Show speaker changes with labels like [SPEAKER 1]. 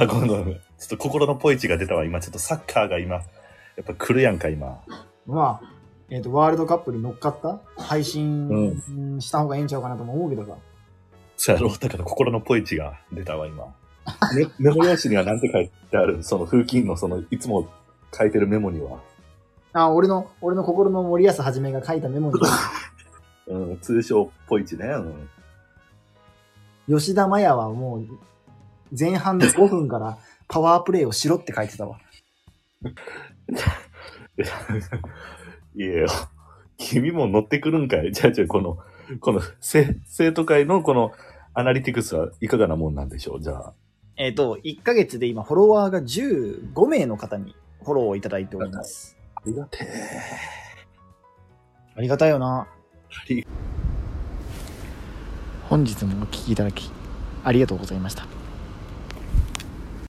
[SPEAKER 1] あ、ごめんごめんごめん。ちょっと心のポイチが出たわ。今、ちょっとサッカーが今、やっぱ来るやんか、今。
[SPEAKER 2] まあ、えっ、と、ワールドカップに乗っかった配信
[SPEAKER 1] う
[SPEAKER 2] うんした方がええんちゃうかなとも思うけどさ。
[SPEAKER 1] そうやろう。だから心のポイチが出たわ、今。メメモ用紙には何て書いてあるその風琴の、その、いつも書いてるメモには。
[SPEAKER 2] あ、俺の、俺の心の森保はじめが書いたメモ に、
[SPEAKER 1] うん、通称ポイチね。うん。
[SPEAKER 2] 吉田麻也はもう、前半で5分からパワープレイをしろって書いてたわ。
[SPEAKER 1] いやいや、君も乗ってくるんかいじゃあじゃあ、この、この、せ生徒会のこの、アナリティクスはいかがなもんなんでしょうじゃあ。
[SPEAKER 2] えっ、と、1ヶ月で今、フォロワーが15名の方にフォローをいただいております。
[SPEAKER 1] ありがてえ。
[SPEAKER 2] ありがたいよな。
[SPEAKER 1] り
[SPEAKER 2] 本日もお聞きいただき、ありがとうございました。